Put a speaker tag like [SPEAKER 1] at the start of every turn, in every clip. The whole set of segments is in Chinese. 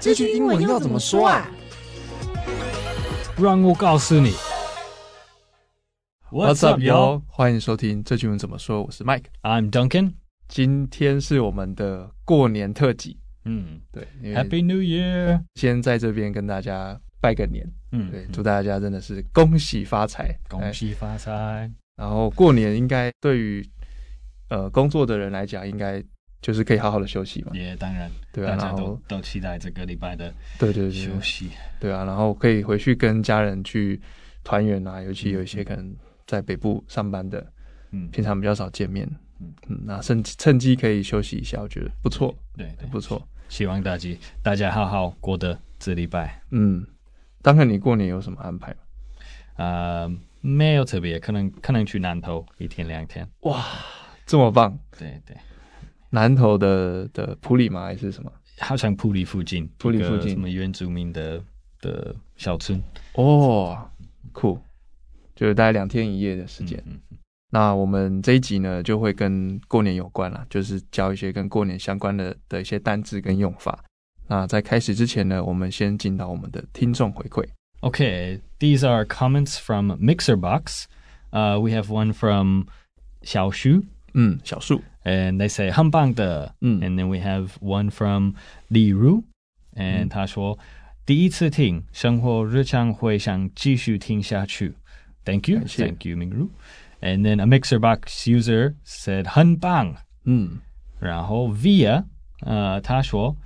[SPEAKER 1] 这句英文要怎么说啊？
[SPEAKER 2] 让我告诉你。
[SPEAKER 3] What's up, yo？欢迎收听这句文怎么说，我是 Mike，
[SPEAKER 2] I'm Duncan。
[SPEAKER 3] 今天是我们的过年特辑，
[SPEAKER 2] 嗯
[SPEAKER 3] 对
[SPEAKER 2] ，Happy New Year。
[SPEAKER 3] 先在这边跟大家拜个年，
[SPEAKER 2] 嗯，
[SPEAKER 3] 对，祝大家真的是恭喜发财，
[SPEAKER 2] 恭喜发财。
[SPEAKER 3] 哎！然后过年应该对于呃工作的人来讲，应该就是可以好好的休息嘛，
[SPEAKER 2] 也当然，
[SPEAKER 3] 对啊，
[SPEAKER 2] 大家
[SPEAKER 3] 然
[SPEAKER 2] 都
[SPEAKER 3] 后
[SPEAKER 2] 都期待这个礼拜的
[SPEAKER 3] 对对对
[SPEAKER 2] 休息。
[SPEAKER 3] 对啊，然后可以回去跟家人去团圆啊，尤其有一些可能在北部上班的，
[SPEAKER 2] 嗯，
[SPEAKER 3] 平常比较少见面，
[SPEAKER 2] 嗯
[SPEAKER 3] 嗯，那趁趁机可以休息一下，我觉得不错，
[SPEAKER 2] 对对，
[SPEAKER 3] 不错。
[SPEAKER 2] 希望大家大家好好过的这礼拜。
[SPEAKER 3] 嗯，当然你过年有什么安排吗？
[SPEAKER 2] 啊，没有特别，可能可能去南头一天两天。
[SPEAKER 3] 这么棒，
[SPEAKER 2] 对对，
[SPEAKER 3] 南投的的普里吗？还是什么？
[SPEAKER 2] 好像普里附近，
[SPEAKER 3] 普里附近
[SPEAKER 2] 一个什么原住民的的小村
[SPEAKER 3] 哦，酷，就是大概两天一夜的时间。
[SPEAKER 2] 嗯嗯
[SPEAKER 3] 那我们这一集呢，就会跟过年有关啦，就是教一些跟过年相关的的一些单字跟用法。那在开始之前呢，我们先进到我们的听众回馈。
[SPEAKER 2] Okay, these are comments from Mixer Box. Uh, we have one from Xiao Shu,
[SPEAKER 3] 嗯，小树，
[SPEAKER 2] and they say 很棒的.
[SPEAKER 3] Mm.
[SPEAKER 2] And then we have one from Li Ru, and 他说第一次听，生活日常会想继续听下去. Thank you,
[SPEAKER 3] 感谢。
[SPEAKER 2] thank you, Ming Ru. And then a Mixer Box user said 很棒.
[SPEAKER 3] 嗯，
[SPEAKER 2] 然后 Via，呃，他说，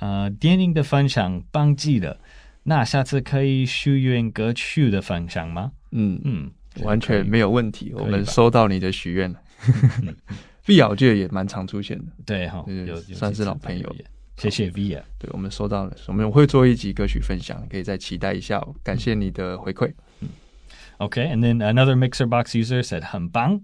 [SPEAKER 2] 呃，电影的分享棒极了，那下次可以许愿歌曲的分享吗？
[SPEAKER 3] 嗯
[SPEAKER 2] 嗯，
[SPEAKER 3] 完全没有问题，我
[SPEAKER 2] 吧
[SPEAKER 3] 们收到你的许愿了。嗯 碧瑶剧也蛮常出现的，
[SPEAKER 2] 对哈，
[SPEAKER 3] 对
[SPEAKER 2] 有
[SPEAKER 3] 对
[SPEAKER 2] 有
[SPEAKER 3] 算
[SPEAKER 2] 几
[SPEAKER 3] 是
[SPEAKER 2] 次
[SPEAKER 3] 老
[SPEAKER 2] 的
[SPEAKER 3] 朋友
[SPEAKER 2] 留言，谢谢 Via。
[SPEAKER 3] 对我们收到了，我们会做一集歌曲分享，可以再期待一下、哦。感谢你的回馈，
[SPEAKER 2] Okay, and then another Mixer Box user said 很棒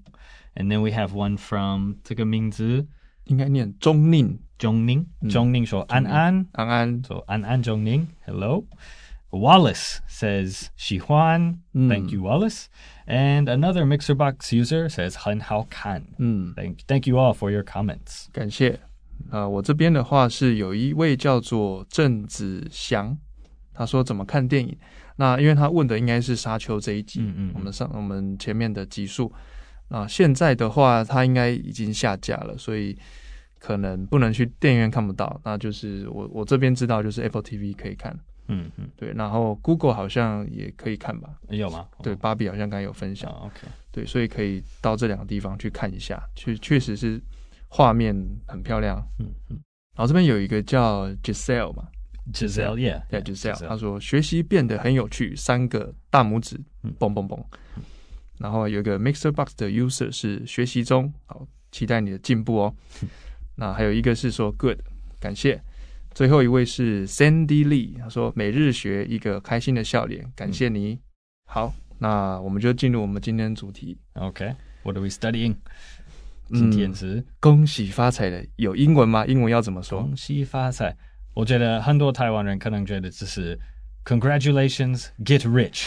[SPEAKER 2] ，and then we have one from 这个名字
[SPEAKER 3] 应该念钟宁
[SPEAKER 2] 钟宁，钟宁说安安，
[SPEAKER 3] 安安，
[SPEAKER 2] So An An Jong Ning, hello. Wallace says Shihuan. Thank you, Wallace. And another Mixerbox user says Han Hao Kan.
[SPEAKER 3] 嗯
[SPEAKER 2] Thank, thank you all for your comments.
[SPEAKER 3] 感谢。啊、我这边的话是有一位叫做郑子祥，他说怎么看电影？那因为他问的应该是《沙丘》这一集，
[SPEAKER 2] 嗯嗯嗯
[SPEAKER 3] 我们上我们前面的集数。啊，现在的话，它应该已经下架了，所以可能不能去电影院看不到。那就是我我这边知道，就是 Apple TV 可以看，对，然后 Google 好像也可以看吧？对，
[SPEAKER 2] 哦
[SPEAKER 3] 芭比好像刚才有分享，
[SPEAKER 2] Oh, okay.
[SPEAKER 3] 对，所以可以到这两个地方去看一下，确确实是画面很漂亮。
[SPEAKER 2] 嗯
[SPEAKER 3] 然后这边有一个叫 Giselle 嘛，
[SPEAKER 2] Giselle, yeah.
[SPEAKER 3] 对 Giselle，他说学习变得很有趣，三个大拇指
[SPEAKER 2] 嗯，
[SPEAKER 3] 嘣嘣嘣。然后有一个 Mixer Box 的 user 是学习中，好，期待你的进步哦。
[SPEAKER 2] 嗯
[SPEAKER 3] 那还有一个是说 Good，感谢。最后一位是 Sandy Lee，他说每日学一个开心的笑脸，
[SPEAKER 2] 嗯
[SPEAKER 3] 感谢你。好，那我们就进入我们今天的主题，
[SPEAKER 2] Okay. What are we studying? 今
[SPEAKER 3] 嗯。
[SPEAKER 2] 天是
[SPEAKER 3] 恭喜发财的有英文吗？英文要怎么
[SPEAKER 2] 嗯
[SPEAKER 3] 说？
[SPEAKER 2] 恭喜发财。我觉得很多台湾人可能觉得这是 Congratulations, get rich.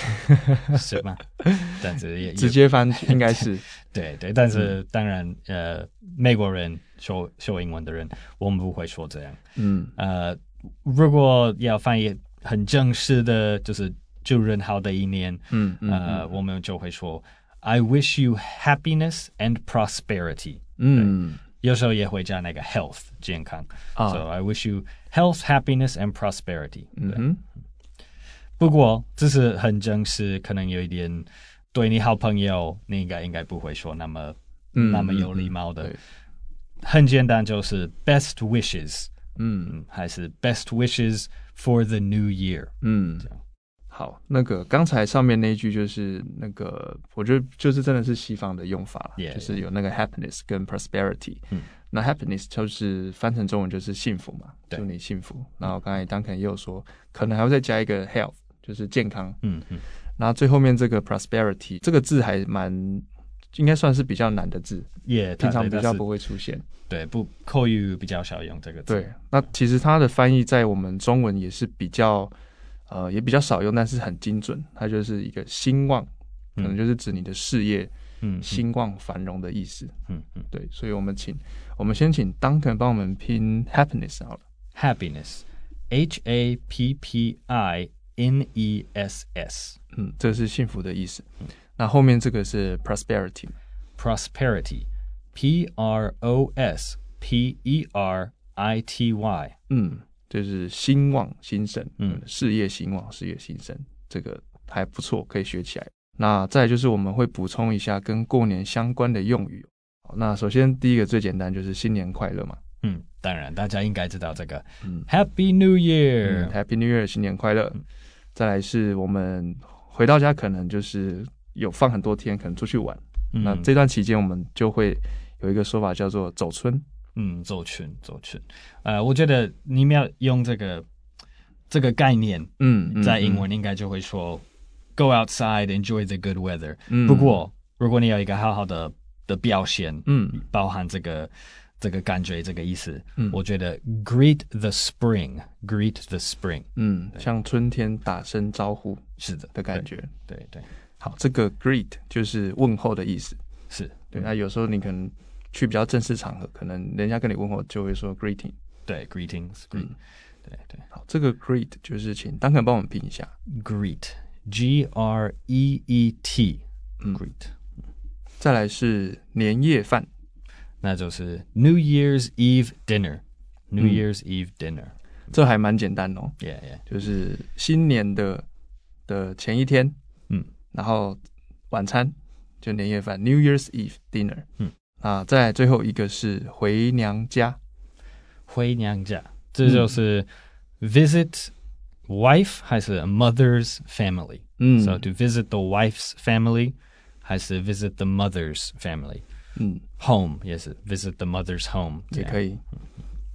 [SPEAKER 2] 是吗？但是也-也
[SPEAKER 3] 直接翻应 该是
[SPEAKER 2] 对对，但
[SPEAKER 3] 嗯
[SPEAKER 2] 是当然，呃，美国人说说英文的人，我们不会说这样。
[SPEAKER 3] 嗯
[SPEAKER 2] 呃，如果要翻译很正式的，就是祝人好的一年，
[SPEAKER 3] 嗯嗯
[SPEAKER 2] 呃，我们就会说 I wish you happiness and prosperity。
[SPEAKER 3] 嗯
[SPEAKER 2] 有时候也会加那个 health 健康。
[SPEAKER 3] 啊
[SPEAKER 2] So I wish you health, happiness and prosperity。
[SPEAKER 3] 嗯哼
[SPEAKER 2] 不过这是很正式，可能有一点对你好朋友，你应该应该不会说那么、
[SPEAKER 3] 嗯
[SPEAKER 2] 那么有礼貌的
[SPEAKER 3] 对。
[SPEAKER 2] 很简单，就是 best wishes，
[SPEAKER 3] 嗯
[SPEAKER 2] 嗯，还是 best wishes for the new year。
[SPEAKER 3] 嗯
[SPEAKER 2] 这样，
[SPEAKER 3] 好，那个刚才上面那一句就是那个，我觉得就是真的是西方的用法啦
[SPEAKER 2] Yeah,
[SPEAKER 3] 就是有那个 happiness 跟 prosperity。
[SPEAKER 2] 嗯，
[SPEAKER 3] 那 happiness 就是翻成中文就是幸福嘛，
[SPEAKER 2] 对
[SPEAKER 3] 祝你幸福。然后刚才 Duncan 也有说，可能还会再加一个 health，就是健康。
[SPEAKER 2] 嗯嗯，
[SPEAKER 3] 那最后面这个 prosperity 这个字还蛮，应该算是比较难的字，
[SPEAKER 2] 也、yeah,
[SPEAKER 3] 平常
[SPEAKER 2] 它
[SPEAKER 3] 比
[SPEAKER 2] 它
[SPEAKER 3] 较
[SPEAKER 2] 啊是
[SPEAKER 3] 不会出现。
[SPEAKER 2] 对不口语比较少用这个字。
[SPEAKER 3] 对，那其实它的翻译在我们中文也是比较，呃，也比较少用，但是很精准。它就是一个兴旺，可能就是指你的事业
[SPEAKER 2] 嗯
[SPEAKER 3] 兴旺繁荣的意思。
[SPEAKER 2] 嗯嗯
[SPEAKER 3] 对，所以我们请我们先请 Duncan 帮我们拼 happiness 好了。
[SPEAKER 2] ，happiness H A P P I N E S S
[SPEAKER 3] 嗯，这是幸福的意思。那后面这个是 prosperity，
[SPEAKER 2] prosperity P R O S P E R I T Y
[SPEAKER 3] 嗯，就是兴旺兴盛，
[SPEAKER 2] 嗯
[SPEAKER 3] 嗯，事业兴旺，事业兴盛，这个还不错，可以学起来。那再来就是我们会补充一下跟过年相关的用语。好那首先第一个最简单就是新年快乐嘛，
[SPEAKER 2] 嗯，Hmm, 当然大家应该知道这个、
[SPEAKER 3] 嗯
[SPEAKER 2] Happy New
[SPEAKER 3] 嗯
[SPEAKER 2] Year，
[SPEAKER 3] ，Happy New Year，新年快
[SPEAKER 2] 嗯
[SPEAKER 3] 乐。再来是我们回到家可能就是有放很多天，可能出去玩，
[SPEAKER 2] 嗯
[SPEAKER 3] 那这段期间我们就会有一个说法叫做走春，
[SPEAKER 2] 嗯，走群走群，呃，我觉得你们要用这个这个概念，
[SPEAKER 3] 嗯，嗯
[SPEAKER 2] 在英，文应该就会说、Go outside, enjoy the good weather、
[SPEAKER 3] 嗯
[SPEAKER 2] 不过，如果你有一个好好的的表现，
[SPEAKER 3] 嗯
[SPEAKER 2] 包含这个这个感觉这个意思，
[SPEAKER 3] 嗯
[SPEAKER 2] 我觉得 Greet the spring, greet the spring
[SPEAKER 3] 嗯，像春天打声招呼
[SPEAKER 2] 是的
[SPEAKER 3] 的感，觉。
[SPEAKER 2] 对对对
[SPEAKER 3] 好，这个 greet 就是问候的意思。
[SPEAKER 2] 是，
[SPEAKER 3] 对，那有时候你可能去比较正式场合，可能人家跟你问候就会说 greeting。
[SPEAKER 2] 对 greetings, greet，、对对
[SPEAKER 3] 好，这个 greet 就是请丹肯帮我们拼一下。
[SPEAKER 2] greet, G R E E T, greet，
[SPEAKER 3] 再来是年夜饭，
[SPEAKER 2] 那就是 New Year's Eve dinner, New
[SPEAKER 3] 嗯
[SPEAKER 2] Year's Eve dinner,
[SPEAKER 3] 这还蛮简单哦，
[SPEAKER 2] yeah yeah，
[SPEAKER 3] 就是新年的的前一天，
[SPEAKER 2] 嗯，
[SPEAKER 3] 然后晚餐就年夜饭 New Year's Eve dinner。
[SPEAKER 2] 嗯，
[SPEAKER 3] 啊，再来最后一个是回娘家。
[SPEAKER 2] 回娘家，这就是 visit wife 还是 mother's family。
[SPEAKER 3] 嗯
[SPEAKER 2] So to visit the wife's family 还是 visit the mother's family
[SPEAKER 3] 嗯，
[SPEAKER 2] home 也是 visit the mother's home
[SPEAKER 3] 也可以。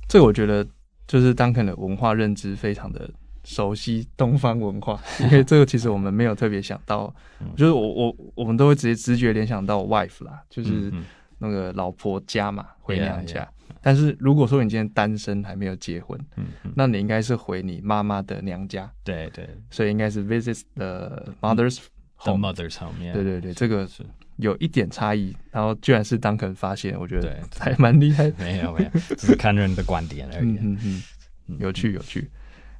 [SPEAKER 3] 这个我觉得就是当肯的文化认知非常的熟悉东方文 化，因为这个其实我们没有特别想到，
[SPEAKER 2] 嗯
[SPEAKER 3] 就是我我我们都会直接直觉联想到 wife
[SPEAKER 2] 嗯
[SPEAKER 3] 啦，就是那个老婆家嘛，回娘家。但是如果说你今天单身还没有结婚，
[SPEAKER 2] 嗯
[SPEAKER 3] 那你应该是回你妈妈的娘家，
[SPEAKER 2] 对对，the
[SPEAKER 3] 所以应该是 visit the mother's home。
[SPEAKER 2] mother's home
[SPEAKER 3] 对对对，这个
[SPEAKER 2] 是
[SPEAKER 3] 有一点差异，然后居然是当肯发现，我觉得
[SPEAKER 2] 对
[SPEAKER 3] 还蛮厉害的。
[SPEAKER 2] 没有没有，只是
[SPEAKER 3] 嗯
[SPEAKER 2] 看人的观点而已。
[SPEAKER 3] 嗯嗯，有趣有趣。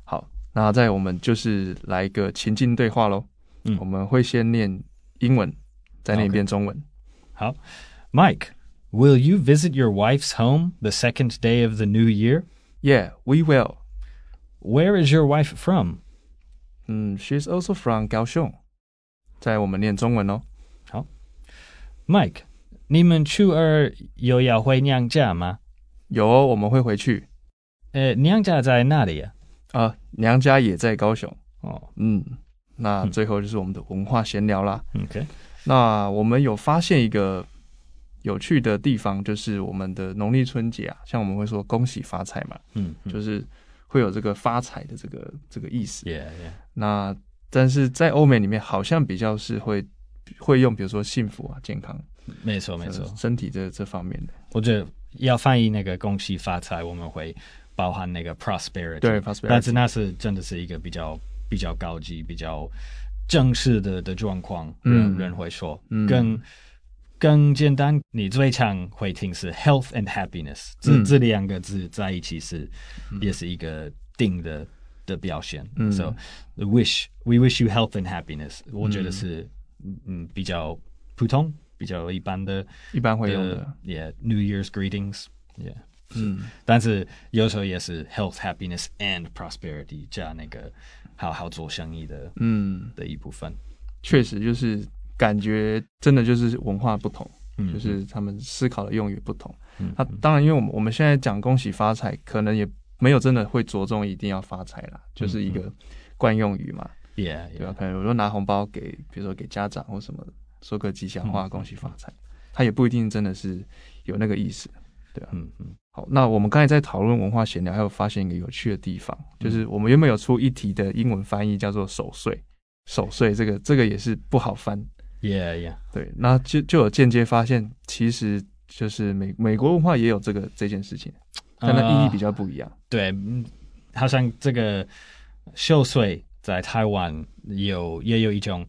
[SPEAKER 3] 好，那在我们就是来一个情境对话喽。
[SPEAKER 2] 嗯
[SPEAKER 3] 我们会先念英文，再念一遍中文。
[SPEAKER 2] Mike, will you visit your wife's home the second day of the new year?
[SPEAKER 3] Yeah, we will.
[SPEAKER 2] Where is your wife from?
[SPEAKER 3] 嗯，She's also from 高雄。在我们念中文哦。
[SPEAKER 2] Mike, 你们初二又要回娘家吗？
[SPEAKER 3] 有哦，我们会回去。
[SPEAKER 2] 呃，娘家在哪里呀？
[SPEAKER 3] 啊、娘家也在高雄。
[SPEAKER 2] 哦
[SPEAKER 3] 嗯，那最后就是我们的文化闲聊啦。
[SPEAKER 2] ，OK，
[SPEAKER 3] 那我们有发现一个有趣的地方，就是我们的农历春节啊，像我们会说恭喜发财嘛。
[SPEAKER 2] 嗯，嗯
[SPEAKER 3] 就是会有这个发财的这个这个意思。
[SPEAKER 2] ，Yeah Yeah。
[SPEAKER 3] 那但是在欧美里面，好像比较是会会用，比如说幸福啊、健康、
[SPEAKER 2] 没错，没错
[SPEAKER 3] 呃。身体这这方面的。
[SPEAKER 2] 我觉得要翻译那个“恭喜发财”，我们会包含那个 prosperity。但
[SPEAKER 3] 对，prosperity。
[SPEAKER 2] 是那是真的是一个比较比较高级、比较正式的的状况，人、
[SPEAKER 3] 嗯
[SPEAKER 2] 人会说。
[SPEAKER 3] 嗯
[SPEAKER 2] 更更简单，你最常会听是 health and happiness，这、
[SPEAKER 3] 嗯
[SPEAKER 2] 这两个字在一起是、也是一个定的的表现。
[SPEAKER 3] 嗯
[SPEAKER 2] So the wish we wish you health and happiness，我觉得是嗯嗯比较普通、比较一般的。
[SPEAKER 3] 一般会用
[SPEAKER 2] 的
[SPEAKER 3] 的。
[SPEAKER 2] ，Yeah New Year's greetings Yeah，
[SPEAKER 3] 嗯，
[SPEAKER 2] 但是有时候也是 health happiness and prosperity 加那个好好做生意的
[SPEAKER 3] 嗯，
[SPEAKER 2] 的一部分，
[SPEAKER 3] 确实就是感觉真的就是文化不同，
[SPEAKER 2] 嗯
[SPEAKER 3] 就是他们思考的用语不同。
[SPEAKER 2] 嗯
[SPEAKER 3] 那、当然，因为我们我们现在讲恭喜发财，可能也没有真的会着重一定要发财啦，就是
[SPEAKER 2] 嗯
[SPEAKER 3] 一个惯用语嘛。
[SPEAKER 2] Yeah
[SPEAKER 3] 对吧
[SPEAKER 2] Yeah？
[SPEAKER 3] 可能我就拿红包给，比如说给家长或什么的，说个吉祥话，恭喜发财。他也不一定真的是有那个意思。
[SPEAKER 2] 嗯嗯
[SPEAKER 3] 好，那我们刚才在讨论文化闲聊，还有发现一个有趣的地方，就是我们原本有出一题的英文翻译叫做“守岁”，守岁这个这个也是不好翻。
[SPEAKER 2] Yeah Yeah
[SPEAKER 3] 对，那就就有间接发现，其实就是美美国文化也有这个这件事情，但它意义比
[SPEAKER 2] 较
[SPEAKER 3] 较不一样。
[SPEAKER 2] 对，嗯好像这个秀穗在台湾有也有一种。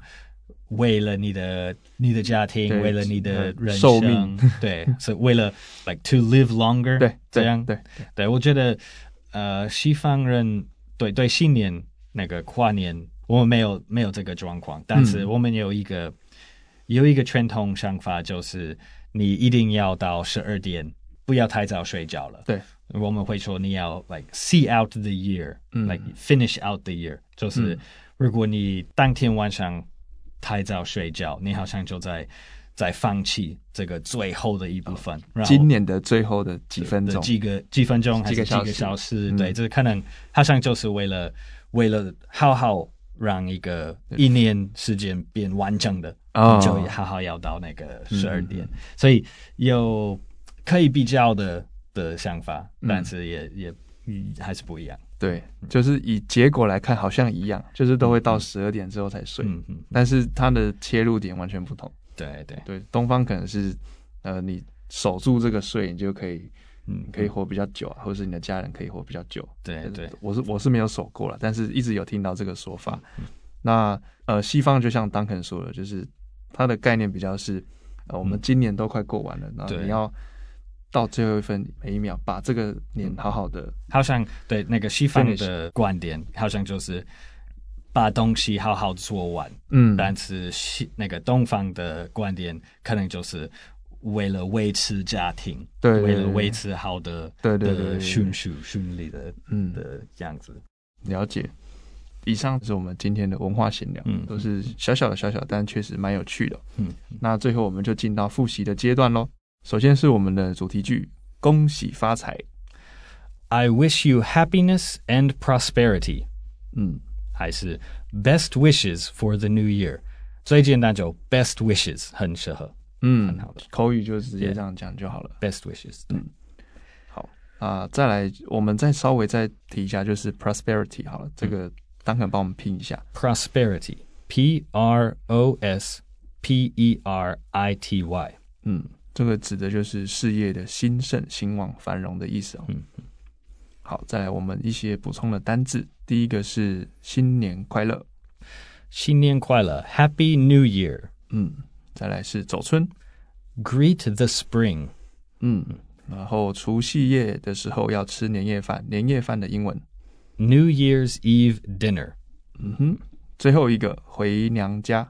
[SPEAKER 2] 为了你的你的家庭，
[SPEAKER 3] 对
[SPEAKER 2] 为了你的
[SPEAKER 3] 呃
[SPEAKER 2] 人
[SPEAKER 3] 寿
[SPEAKER 2] 生
[SPEAKER 3] 命，
[SPEAKER 2] 对，是为了 like to live longer，
[SPEAKER 3] 对，
[SPEAKER 2] 这样
[SPEAKER 3] 对，
[SPEAKER 2] 对，我觉得呃，西方人对对，新年那个跨年，我们没有没有这个状况，但是我们有一个、有一个传统想法，就是你一定要到十二点，不要太早睡觉了。
[SPEAKER 3] 对，
[SPEAKER 2] 我们会说你要 like see out the year，like、finish out the year，就是如果你当天晚上太早睡觉，你好像就在在放弃这个最后的一部分。然后
[SPEAKER 3] 今年的最后的几分
[SPEAKER 2] 的
[SPEAKER 3] 钟，
[SPEAKER 2] 几个几分钟还
[SPEAKER 3] 几
[SPEAKER 2] 是
[SPEAKER 3] 个
[SPEAKER 2] 几
[SPEAKER 3] 小
[SPEAKER 2] 个
[SPEAKER 3] 时嗯
[SPEAKER 2] 小时，对，就是可能好像就是为了为了好好让一个一年时间变完整的，
[SPEAKER 3] 哦嗯
[SPEAKER 2] 你就好好要到那个十二点，所以有可以比较的的想法，但是也也嗯还是不一样，
[SPEAKER 3] 对，
[SPEAKER 2] 嗯
[SPEAKER 3] 就是以结果来看好像一样， 就是都会到十二点之后才睡，
[SPEAKER 2] 嗯嗯，
[SPEAKER 3] 但是它的切入点完全不同。
[SPEAKER 2] 对对，
[SPEAKER 3] 对，东方可能是呃，你守住这个睡，你就可以
[SPEAKER 2] 嗯
[SPEAKER 3] 可以活比较久啊，或者是你的家人可以活比较久。
[SPEAKER 2] 对对，
[SPEAKER 3] 我是我是没有守过了，但是一直有听到这个说法。
[SPEAKER 2] 嗯
[SPEAKER 3] 那呃，西方就像 Duncan 说的，就是它的概念比较是，呃，我们今年都快过完了，然后
[SPEAKER 2] 嗯对
[SPEAKER 3] 你要到最后一分每一秒把这个
[SPEAKER 2] 嗯
[SPEAKER 3] 年好好的，
[SPEAKER 2] 好像对那个西方
[SPEAKER 3] Finish
[SPEAKER 2] 的观点，好像就是把东西好好做完，
[SPEAKER 3] 嗯
[SPEAKER 2] 但是西那个东方的观点可能就是为了维持家庭，
[SPEAKER 3] 对对对
[SPEAKER 2] 为了维持好的
[SPEAKER 3] 对对对对
[SPEAKER 2] 的
[SPEAKER 3] 对
[SPEAKER 2] 顺序顺利的
[SPEAKER 3] 嗯
[SPEAKER 2] 的样子，
[SPEAKER 3] 了解。以上是我们今天的文化闲聊，
[SPEAKER 2] 嗯
[SPEAKER 3] 都是小小的小小，但确实蛮有趣的。
[SPEAKER 2] 嗯，
[SPEAKER 3] 那最后我们就进到复习的阶段喽。首先是我们的主题句“恭喜发财
[SPEAKER 2] I wish you happiness and prosperity，”，
[SPEAKER 3] 嗯，
[SPEAKER 2] 还是 Best wishes for the New Year。最简单就 Best wishes 很适合，
[SPEAKER 3] 嗯
[SPEAKER 2] 很好的
[SPEAKER 3] 口语就直接这样讲就好了。
[SPEAKER 2] Best wishes。
[SPEAKER 3] 好啊、再来，我们再稍微再提一下，就是 prosperity
[SPEAKER 2] 嗯
[SPEAKER 3] 好了，这个当肯帮我们拼一下。
[SPEAKER 2] prosperity. P R O S P E R I T Y.
[SPEAKER 3] 嗯，这个指的就是事业的兴盛、兴旺、繁荣的意思哦。
[SPEAKER 2] 嗯，
[SPEAKER 3] 好，再来我们一些补充的单字，第一个是新年快乐，
[SPEAKER 2] 新年快乐. Happy New Year.
[SPEAKER 3] 嗯，再来是走春，
[SPEAKER 2] Greet the spring.
[SPEAKER 3] 嗯，然后除夕夜的时候要吃年夜饭，年夜饭的英文，
[SPEAKER 2] New Year's Eve dinner.
[SPEAKER 3] 嗯哼，最后一个回娘家，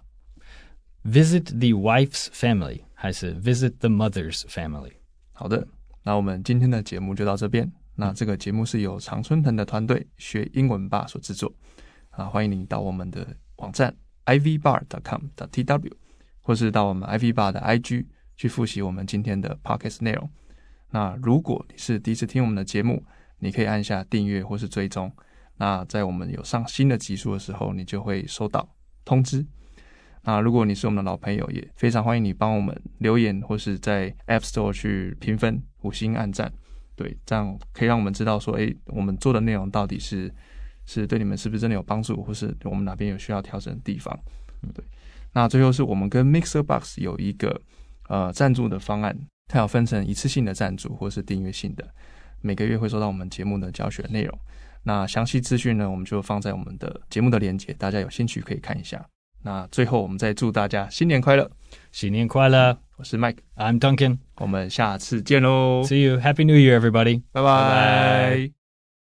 [SPEAKER 2] Visit the wife's family. 还是 visit the mother's family.
[SPEAKER 3] 好的，那我们今天的节目就到这边。那这个节目是由常春藤的团队学英文吧所制作，啊，欢迎您到我们的网站 ivbar.com.tw，或是到我们 ivbar 的 IG 去复习我们今天的 podcast 内容。那如果你是第一次听我们的节目，你可以按下订阅或是追踪，那在我们有上新的集数的时候，你就会收到通知。那如果你是我们的老朋友，也非常欢迎你帮我们留言，或是在 App Store 去评分、五星按赞，对，这样可以让我们知道说，诶，我们做的内容到底是是对你们是不是真的有帮助，或是我们哪边有需要调整的地方。对，那最后是我们跟 Mixer Box 有一个呃赞助的方案，它有分成一次性的赞助或是订阅性的，每个月会收到我们节目的教学内容。那详细资讯呢，我们就放在我们的节目的链接，大家有兴趣可以看一下。那最后，我们再祝大家新年快乐！
[SPEAKER 2] 新年快乐.
[SPEAKER 3] 我是 Mike，
[SPEAKER 2] I'm Duncan.
[SPEAKER 3] 我们下次见喽，
[SPEAKER 2] See you. Happy New Year, everybody.
[SPEAKER 3] 拜
[SPEAKER 2] 拜
[SPEAKER 3] 拜
[SPEAKER 2] 拜